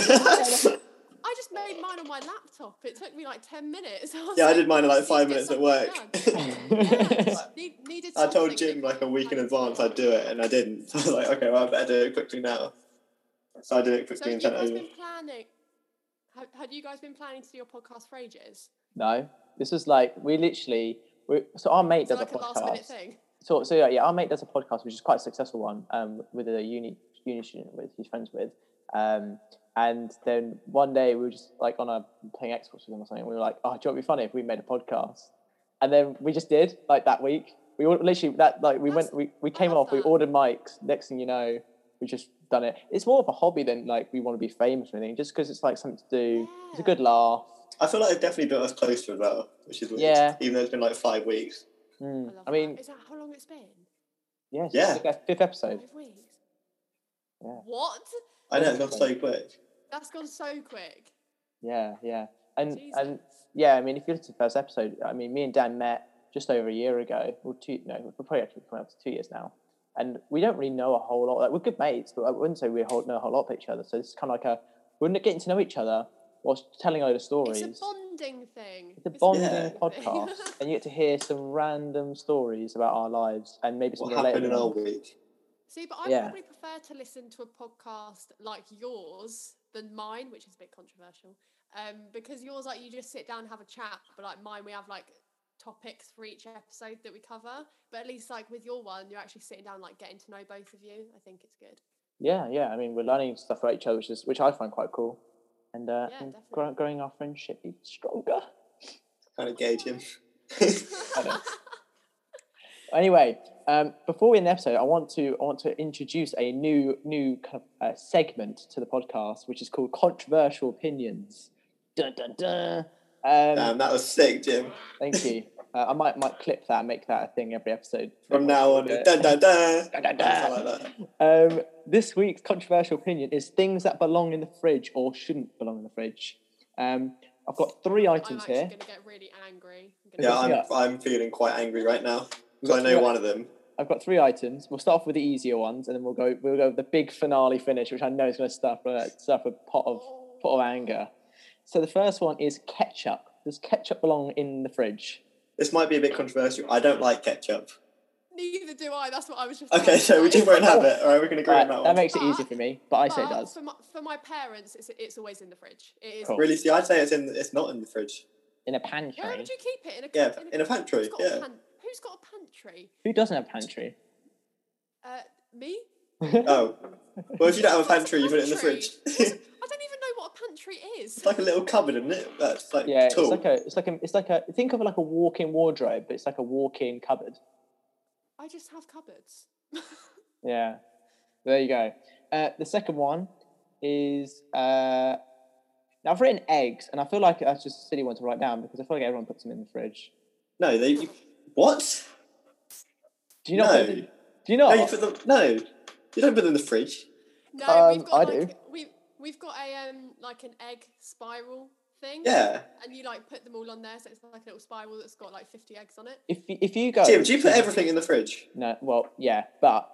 Speaker 3: I just made mine on my laptop. It took me like 10 minutes. was
Speaker 2: yeah, I
Speaker 3: like,
Speaker 2: did mine in like
Speaker 3: "Just
Speaker 2: five
Speaker 3: get
Speaker 2: minutes at
Speaker 3: something
Speaker 2: work.
Speaker 3: done." Yeah, just need- needed
Speaker 2: I told
Speaker 3: something
Speaker 2: Jim
Speaker 3: that-
Speaker 2: like a week in advance I'd do it, and I didn't. So I was like, okay, well, I better do it quickly now. So I did it
Speaker 3: So
Speaker 2: quickly
Speaker 3: you
Speaker 2: and sent it
Speaker 3: guys
Speaker 2: over.
Speaker 3: been planning? Had, had you guys been planning to do your podcast for ages?
Speaker 1: no, this is like we literally. We, so our mate
Speaker 3: So
Speaker 1: does
Speaker 3: like
Speaker 1: a
Speaker 3: a last minute
Speaker 1: podcast.
Speaker 3: thing.
Speaker 1: so so yeah, yeah, our mate does a podcast which is quite a successful one um, with a uni uni student with he's friends with, um, and then one day we were just like on a playing Xbox with him or something. We were like, oh, do you know what would be funny if we made a podcast? And then we just did like that week. We all, literally that like we
Speaker 3: That's-
Speaker 1: went we, we came
Speaker 3: love
Speaker 1: off. We
Speaker 3: that.
Speaker 1: ordered mics. Next thing you know, we just done it. It's more of a hobby than like we want to be famous or anything. Just because it's like something to do. It's a
Speaker 3: Yeah.
Speaker 1: good laugh.
Speaker 2: I feel like it definitely built us closer as well, which is weird.
Speaker 1: Yeah.
Speaker 2: Even though it's been like five weeks.
Speaker 1: Mm.
Speaker 2: Hmm,
Speaker 3: love
Speaker 1: I mean,
Speaker 3: that. is that how long it's been?
Speaker 1: yeah, it's
Speaker 2: Yeah.
Speaker 1: like our fifth episode.
Speaker 3: Five weeks.
Speaker 1: Yeah.
Speaker 3: What?
Speaker 2: I know it's gone so quick.
Speaker 3: That's gone so quick.
Speaker 1: Yeah, yeah, and
Speaker 3: Jesus.
Speaker 1: and yeah, I mean, if you listen to the first episode, I mean, me and Dan met just over a year ago, or two, no, we're probably actually coming up to two years now. And we don't really know a whole lot. Like, we're good mates, but I wouldn't say we whole- know a whole lot of each other. So it's kind of like a, we're not getting to know each other whilst telling over stories.
Speaker 3: it's a bonding thing.
Speaker 1: It's a bonding
Speaker 2: Yeah.
Speaker 3: thing.
Speaker 1: podcast. and you get to hear some random stories about our lives and maybe some
Speaker 2: What happened in
Speaker 1: relatable
Speaker 2: our
Speaker 1: ones.
Speaker 2: week?
Speaker 3: See, but I
Speaker 1: Yeah.
Speaker 3: probably prefer to listen to a podcast like yours than mine, which is a bit controversial. Um, because yours, like, you just sit down and have a chat, but like mine, we have like topics for each episode that we cover. But at least, like, with your one, you're actually sitting down, like, getting to know both of you. I think it's good.
Speaker 1: Yeah, yeah. I mean, we're learning stuff about each other, which is which I find quite cool. And, uh,
Speaker 3: Yeah,
Speaker 1: and
Speaker 3: definitely.
Speaker 1: grow- growing our friendship even stronger.
Speaker 2: Kind of gauge him.
Speaker 1: don't- Anyway, um, before we end the episode, I want to I want to introduce a new new kind of uh, segment to the podcast, which is called controversial opinions. Dun, dun, dun. Um,
Speaker 2: Damn, that was sick, Jim.
Speaker 1: thank you. Uh, I might might clip that, and make that a thing every episode
Speaker 2: From now on,
Speaker 1: Yeah.
Speaker 2: it's dun dun dun.
Speaker 1: Dun, dun, dun.
Speaker 2: Something like that.
Speaker 1: Um, this week's controversial opinion is things that belong in the fridge or shouldn't belong in the fridge. Um, I've got three
Speaker 3: I'm
Speaker 1: items
Speaker 3: actually
Speaker 1: here.
Speaker 3: going to get really angry. I'm gonna
Speaker 2: Yeah,
Speaker 1: got-
Speaker 2: I'm,
Speaker 1: yeah.
Speaker 2: I'm feeling quite angry right now.
Speaker 1: We've
Speaker 2: So
Speaker 1: got
Speaker 2: I know
Speaker 1: three-
Speaker 2: one of them.
Speaker 1: I've got three items. We'll start off with the easier ones, and then we'll go we'll go with the big finale finish, which I know is going to stuff a stuff a pot of
Speaker 3: Oh.
Speaker 1: pot of anger. So the first one is ketchup. Does ketchup belong in the fridge?
Speaker 2: This might be a bit controversial. I don't like ketchup.
Speaker 3: Neither do I. That's what I was just about
Speaker 2: Okay,
Speaker 3: to
Speaker 2: so we
Speaker 3: say.
Speaker 2: just won't have it. All right, we can agree
Speaker 1: Right,
Speaker 2: on that
Speaker 1: that
Speaker 2: one.
Speaker 1: makes it
Speaker 3: But-
Speaker 1: easier for me, but I say it
Speaker 3: But
Speaker 1: does.
Speaker 3: For my, for my parents, it's, it's always in the fridge. It is.
Speaker 1: Cool.
Speaker 2: Really? See, I'd say it's in. It's not in the fridge.
Speaker 1: In a
Speaker 3: Where
Speaker 1: pantry,
Speaker 3: would you keep it? In a
Speaker 2: Yeah,
Speaker 3: in a,
Speaker 2: in a pantry.
Speaker 3: Who's got, a
Speaker 2: Yeah.
Speaker 3: pan- who's got a pantry?
Speaker 1: who doesn't have pantry?
Speaker 3: Uh, me?
Speaker 2: Oh, well, if you don't have a pantry, you put it in the
Speaker 3: Pantry.
Speaker 2: fridge.
Speaker 3: What's a- I don't even know what a pantry is.
Speaker 2: like a little cupboard, isn't it? That's like
Speaker 1: Yeah,
Speaker 2: tall.
Speaker 1: it's like a, it's like a, it's like a. Think of it like a walk-in wardrobe, but it's like a walk-in cupboard.
Speaker 3: I just have cupboards.
Speaker 1: Yeah, there you go. Uh, the second one is uh, now I've written eggs, and I feel like that's just a silly one to write down because I feel like everyone puts them in the fridge.
Speaker 2: no, they. You, what?
Speaker 1: Do you not?
Speaker 2: No.
Speaker 1: put them- do you not?
Speaker 2: No, you put them. No, you don't put them in the fridge.
Speaker 3: No,
Speaker 1: Um,
Speaker 3: we've got
Speaker 1: I
Speaker 3: like, we we've got a um like an egg spiral thing.
Speaker 2: Yeah,
Speaker 3: And you like put them all on there, so it's like a little spiral that's got like fifty eggs on it.
Speaker 1: if you- if you go,
Speaker 2: Jim, do you put everything in the fridge?
Speaker 1: No, well, yeah, but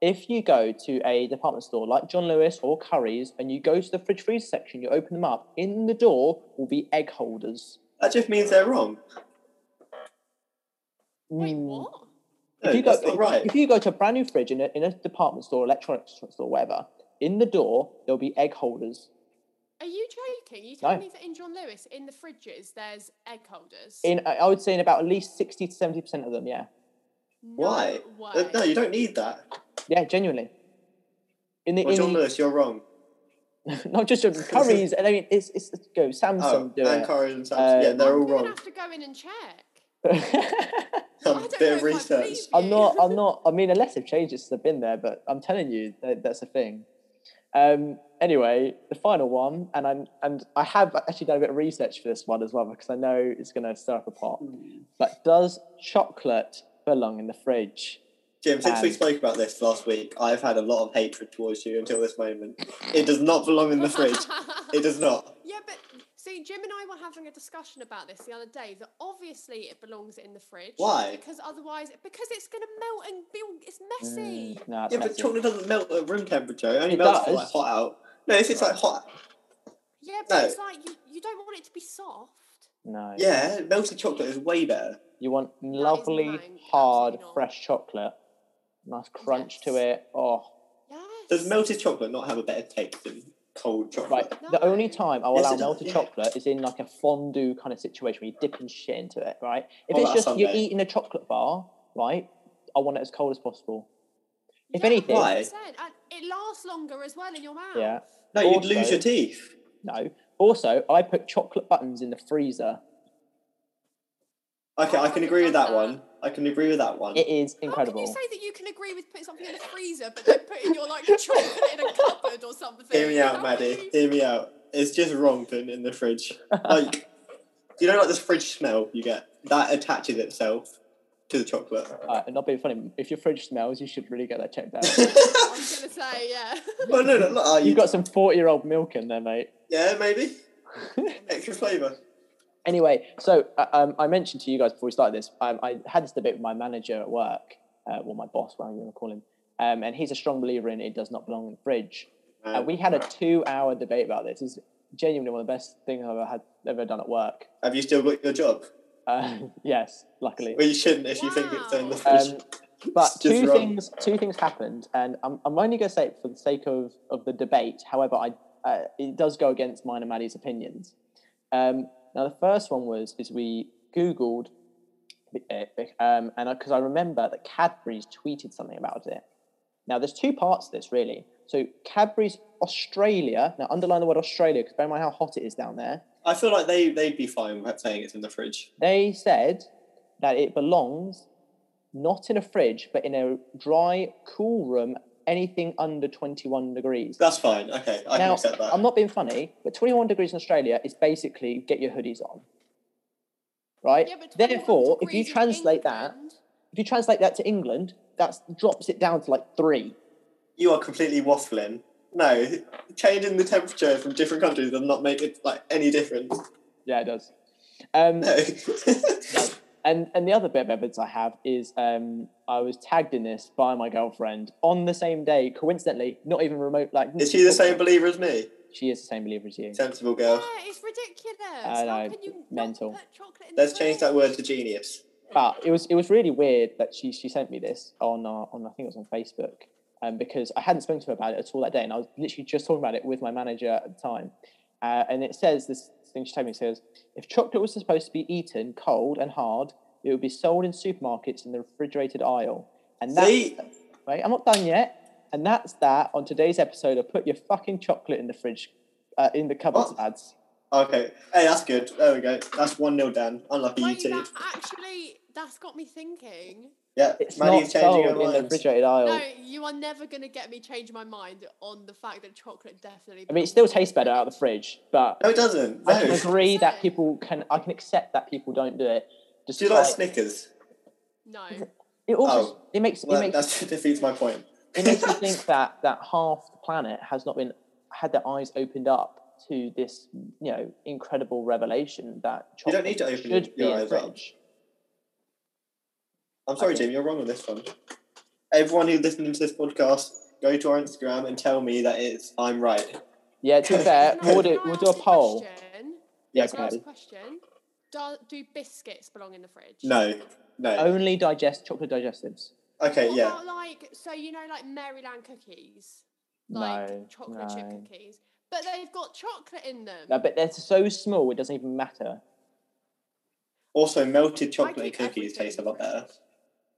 Speaker 1: if you go to a department store like John Lewis or Curry's, and you go to the fridge freezer section, you open them up. In the door will be egg holders.
Speaker 2: That just means they're wrong.
Speaker 3: Wait,
Speaker 2: Hmm.
Speaker 1: Mm.
Speaker 3: what?
Speaker 2: No,
Speaker 1: if you go,
Speaker 2: that's not right.
Speaker 1: if you go to a brand new fridge in a, in a department store, electronics store, whatever, in the door there'll be egg holders.
Speaker 3: Are you joking? Are you
Speaker 1: No.
Speaker 3: telling me that in John Lewis, in the fridges, there's egg holders?
Speaker 1: In I I would say in about at least sixty to seventy percent of them. Yeah,
Speaker 3: no
Speaker 2: Why? Uh,
Speaker 3: way.
Speaker 2: No, you don't need that.
Speaker 1: yeah, genuinely. In the,
Speaker 2: Well,
Speaker 1: in
Speaker 2: John
Speaker 1: the
Speaker 2: Lewis, you're wrong.
Speaker 1: not just John- Curry's, and I mean it's it's it's- go Samsung
Speaker 2: Oh,
Speaker 1: do
Speaker 2: and
Speaker 1: it.
Speaker 2: Cora and Samson. yeah,
Speaker 1: Um,
Speaker 2: they're all
Speaker 3: I'm gonna
Speaker 2: wrong.
Speaker 3: have to go in and check. I
Speaker 2: A
Speaker 3: don't know
Speaker 2: bit
Speaker 3: if
Speaker 2: of
Speaker 3: I
Speaker 2: research.
Speaker 3: believe
Speaker 1: I'm
Speaker 3: you.
Speaker 1: not. I'm not. I mean, unless they've changed it since I've been there, but I'm telling you that that's a thing. Um, anyway, the final one, and I'm and I have actually done a bit of research for this one as well because I know it's going to stir up a pot.
Speaker 3: Hmm.
Speaker 1: But does chocolate belong in the fridge?
Speaker 2: Jim, since we
Speaker 1: Um,
Speaker 2: spoke about this last week, I've had a lot of hatred towards you until this moment. It does not belong in the fridge. It does not.
Speaker 3: Yeah, but see, Jim and I were having a discussion about this the other day. That obviously it belongs in the fridge.
Speaker 2: Why?
Speaker 3: Because otherwise, because it's going to melt and be all, it's messy.
Speaker 1: Mm, no, it's
Speaker 2: Yeah, but
Speaker 1: messy.
Speaker 2: chocolate doesn't melt at room temperature. It only
Speaker 1: It
Speaker 2: melts when,
Speaker 1: does.
Speaker 2: like hot out. No, if it's like hot,
Speaker 3: Yeah, but
Speaker 2: No.
Speaker 3: it's like you, you don't want it to be soft.
Speaker 1: no.
Speaker 2: yeah, melted chocolate is way better.
Speaker 1: You want lovely,
Speaker 3: mine.
Speaker 1: hard,
Speaker 3: Absolutely not.
Speaker 1: fresh chocolate. Nice crunch to
Speaker 3: Yes.
Speaker 1: it. Oh,
Speaker 3: Yes.
Speaker 2: Does melted chocolate not have a better taste than cold chocolate?
Speaker 1: Right. The
Speaker 3: No.
Speaker 1: only time I'll
Speaker 2: Yes,
Speaker 1: allow
Speaker 2: it does,
Speaker 1: melted
Speaker 2: yeah.
Speaker 1: chocolate is in like a fondue kind of situation where you're dipping shit into it, right? If
Speaker 2: Or
Speaker 1: it's
Speaker 2: like a
Speaker 1: just you're
Speaker 2: sundae.
Speaker 1: eating a chocolate bar, right? I want it as cold as possible. if anything-
Speaker 2: Why?
Speaker 3: 100%. And it lasts longer as well in your mouth.
Speaker 1: Yeah.
Speaker 2: No, you'd
Speaker 1: Also-
Speaker 2: lose your teeth.
Speaker 1: No. Also, I put chocolate buttons in the freezer.
Speaker 2: Okay,
Speaker 3: I
Speaker 2: I can
Speaker 3: haven't
Speaker 2: agree with
Speaker 3: done
Speaker 2: that
Speaker 3: that.
Speaker 2: one. I can agree with that one.
Speaker 1: It is
Speaker 3: How
Speaker 1: incredible.
Speaker 3: can you say that you can agree with putting something in the freezer, but then putting your like chocolate in a cupboard or something?
Speaker 2: Hear me
Speaker 3: How
Speaker 2: out,
Speaker 3: can
Speaker 2: Maddie.
Speaker 3: you-
Speaker 2: Hear me out. It's just wrong putting it in the fridge. Like, you know, like this fridge smell you get that attaches itself to the chocolate.
Speaker 1: Uh, and not being funny, if your fridge smells, you should really get that checked out.
Speaker 3: I was gonna say, yeah.
Speaker 2: no, no, no. no, oh, you
Speaker 1: You've got some 40 year old milk in there, mate.
Speaker 2: Yeah, maybe extra flavour.
Speaker 1: anyway, so uh, um, I mentioned to you guys before we started this, um, I had this debate with my manager at work, uh, or my boss, whatever you want to call him, um, and he's a strong believer in it does not belong in the fridge.
Speaker 2: Uh,
Speaker 1: And we had a two-hour debate about this. It's genuinely one of the best things I've ever had ever done at work.
Speaker 2: Have you still got your job?
Speaker 1: Uh, yes, luckily.
Speaker 2: Well, you shouldn't if you think it's in the
Speaker 1: Um,
Speaker 2: fridge.
Speaker 1: but
Speaker 2: It's just
Speaker 1: two
Speaker 2: wrong.
Speaker 1: things two things happened and i'm, I'm only going to say it for the sake of, of the debate however I, uh, it does go against mine and maddie's opinions um, now the first one was is we googled um, and because I remember that cadbury's tweeted something about it now there's two parts to this really so cadbury's australia now underline the word australia because bear in mind how hot it is down there
Speaker 2: I feel like they they'd be fine with saying it's in the fridge.
Speaker 1: they said that it belongs not in a fridge, but in a dry, cool room, anything under 21 degrees.
Speaker 2: That's fine. Okay, I can
Speaker 1: now,
Speaker 2: accept that.
Speaker 1: I'm not being funny, but 21 degrees in Australia is basically get your hoodies on. Right?
Speaker 3: Yeah, but 21
Speaker 1: Therefore, if you
Speaker 3: degrees in
Speaker 1: translate that,
Speaker 3: England-
Speaker 1: if you translate that to England, that drops it down to like three.
Speaker 2: You are completely waffling. No, changing the temperature from different countries does not make it like any difference.
Speaker 1: Yeah, it does. Um,
Speaker 2: No.
Speaker 1: And and the other bit of evidence I have is um, I was tagged in this by my girlfriend on the same day, coincidentally, not even remote. Like,
Speaker 2: Is she the same believer as me?
Speaker 1: She is the same believer as you.
Speaker 2: Sensible
Speaker 3: Yeah,
Speaker 2: girl.
Speaker 3: it's ridiculous.
Speaker 1: I
Speaker 3: How
Speaker 1: know,
Speaker 3: can you
Speaker 1: mental.
Speaker 3: Not put chocolate in the
Speaker 2: Let's change that
Speaker 3: fridge?
Speaker 2: word to genius.
Speaker 1: But it was it was really weird that she she sent me this on uh, on I think it was on Facebook, um, because I hadn't spoken to her about it at all that day, and I was literally just talking about it with my manager at the time, uh, and it says this thing she told me it says if chocolate was supposed to be eaten cold and hard, it would be sold in supermarkets in the refrigerated aisle, and that's
Speaker 2: See?
Speaker 1: right. I'm not done yet, and that's that on today's episode of Put Your Fucking Chocolate in the Fridge, uh, in the cupboards,
Speaker 2: What?
Speaker 1: ads.
Speaker 2: Okay. Hey, that's good. There we go. That's 1 0 Dan. Unlucky
Speaker 3: Wait,
Speaker 2: you two.
Speaker 3: that actually, that's got me thinking.
Speaker 2: Yeah,
Speaker 1: It's
Speaker 2: Maddie's
Speaker 1: not
Speaker 2: changing
Speaker 1: sold
Speaker 2: her
Speaker 1: in the
Speaker 2: mind.
Speaker 1: refrigerated aisle.
Speaker 3: No, you are never going to get me change my mind on the fact that chocolate definitely.
Speaker 1: I mean, it still tastes better out of the fridge, but
Speaker 2: No, it doesn't.
Speaker 1: I can
Speaker 2: No.
Speaker 1: agree that people can. I can accept that people don't do it. Just
Speaker 2: Do you like Snickers?
Speaker 3: No.
Speaker 1: it also
Speaker 2: Oh.
Speaker 1: it makes
Speaker 2: Well,
Speaker 1: it makes
Speaker 2: that defeats my point.
Speaker 1: it makes me think that that half the planet has not been had their eyes opened up to this you know incredible revelation that
Speaker 2: You
Speaker 1: chocolate
Speaker 2: don't need to open
Speaker 1: should be
Speaker 2: your
Speaker 1: in
Speaker 2: eyes up.
Speaker 1: fridge.
Speaker 2: I'm sorry,
Speaker 1: Okay.
Speaker 2: Jim, you're wrong on this one. Everyone who listening to this podcast, go to our Instagram and tell me that it's I'm right.
Speaker 1: Yeah, to be fair,
Speaker 3: Can I-
Speaker 1: uh, we'll do,
Speaker 3: can I
Speaker 1: we'll
Speaker 3: ask
Speaker 1: do a poll.
Speaker 3: question?
Speaker 2: Yes,
Speaker 3: Can I ask a
Speaker 2: Maddie.
Speaker 3: question? Do, do biscuits belong in the fridge?
Speaker 2: No, no.
Speaker 1: Only digest chocolate digestives.
Speaker 2: Okay,
Speaker 3: What
Speaker 2: yeah.
Speaker 3: about like so you know like Maryland cookies,
Speaker 1: No,
Speaker 3: like chocolate chip
Speaker 1: no.
Speaker 3: cookies, but they've got chocolate in them.
Speaker 1: No, but they're so small it doesn't even matter.
Speaker 2: Also, melted
Speaker 3: I
Speaker 2: chocolate
Speaker 3: keep
Speaker 2: cookies
Speaker 3: everything
Speaker 2: taste a
Speaker 3: in
Speaker 2: lot
Speaker 3: the
Speaker 2: better.
Speaker 3: fridge.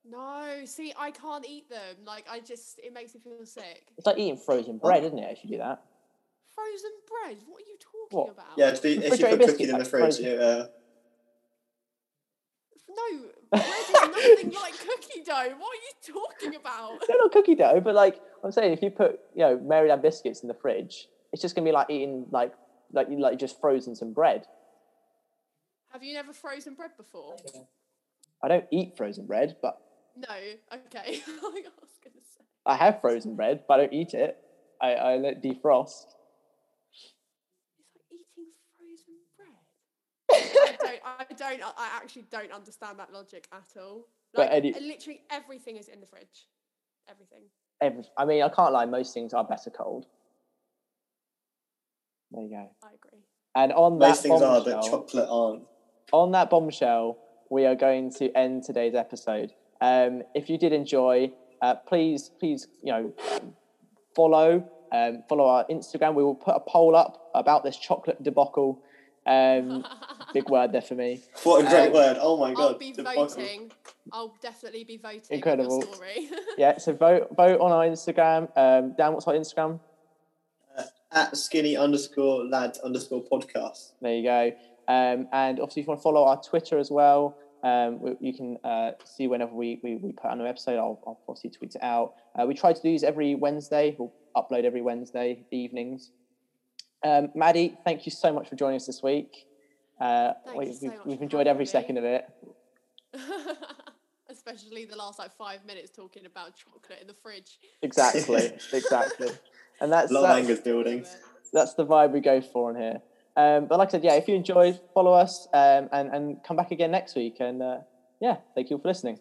Speaker 3: No, see, I can't eat them. Like I just, it makes me feel sick.
Speaker 1: It's like eating frozen
Speaker 2: Oh.
Speaker 1: bread, isn't it? If you do that,
Speaker 3: Frozen bread. What are you talking
Speaker 1: What?
Speaker 3: about?
Speaker 2: Yeah, to be, if you
Speaker 1: Refrigerated
Speaker 2: put
Speaker 1: biscuits,
Speaker 2: cookies in the
Speaker 1: like
Speaker 2: fridge,
Speaker 1: frozen.
Speaker 2: it, uh,
Speaker 3: No, bread is nothing like cookie dough. What are you talking about?
Speaker 1: they're not cookie dough. But like I'm saying, if you put you know Maryland biscuits in the fridge, it's just gonna be like eating like like you like just frozen some bread.
Speaker 3: Have you never frozen bread before?
Speaker 1: I don't eat frozen bread, but
Speaker 3: No. Okay. I was gonna say.
Speaker 1: I have frozen bread, but I don't eat it. I, I let it defrost.
Speaker 3: It's like eating frozen bread. I don't. I don't. I- I actually don't understand that logic at all.
Speaker 1: But
Speaker 3: Like,
Speaker 1: any-
Speaker 3: literally everything is in the fridge. Everything.
Speaker 1: Every, I mean, I can't lie. Most things are better cold. There you go.
Speaker 3: I agree.
Speaker 1: And on
Speaker 2: most
Speaker 1: that
Speaker 2: things are,
Speaker 1: bombshell-
Speaker 2: but chocolate aren't.
Speaker 1: on that bombshell, we are going to end today's episode. Um, if you did enjoy, uh, please, please, you know, follow, um, follow our Instagram. We will put a poll up about this chocolate debacle. Um, big word there for me.
Speaker 2: What a great
Speaker 1: Um,
Speaker 2: word. Oh my god.
Speaker 3: I'll be
Speaker 2: debacle.
Speaker 3: voting. I'll definitely be voting. on your
Speaker 1: Incredible.
Speaker 3: Story.
Speaker 1: Yeah. So vote, vote on our Instagram. Um, Dan, what's our Instagram?
Speaker 2: At skinny underscore lads underscore podcast.
Speaker 1: There you go. Um, and obviously, if you want to follow our Twitter as well, um, we, you can uh, see whenever we, we, we put out an episode. I'll, I'll obviously tweet it out. Uh, we try to do these every Wednesday. We'll upload every Wednesday evenings. Um, Maddie, thank you so much for joining us this week. Uh,
Speaker 3: Thank
Speaker 1: we,
Speaker 3: you so
Speaker 1: we've,
Speaker 3: much
Speaker 1: we've
Speaker 3: for
Speaker 1: enjoyed
Speaker 3: having
Speaker 1: every
Speaker 3: me.
Speaker 1: second of it.
Speaker 3: Especially the last like five minutes talking about chocolate in the fridge.
Speaker 1: Exactly, exactly. And that's
Speaker 2: A lot of
Speaker 1: that's,
Speaker 2: anger's building.
Speaker 1: that's the vibe we go for in here. Um, but like I said, yeah, if you enjoyed, follow us um, and and come back again next week. And uh, yeah, thank you all for listening.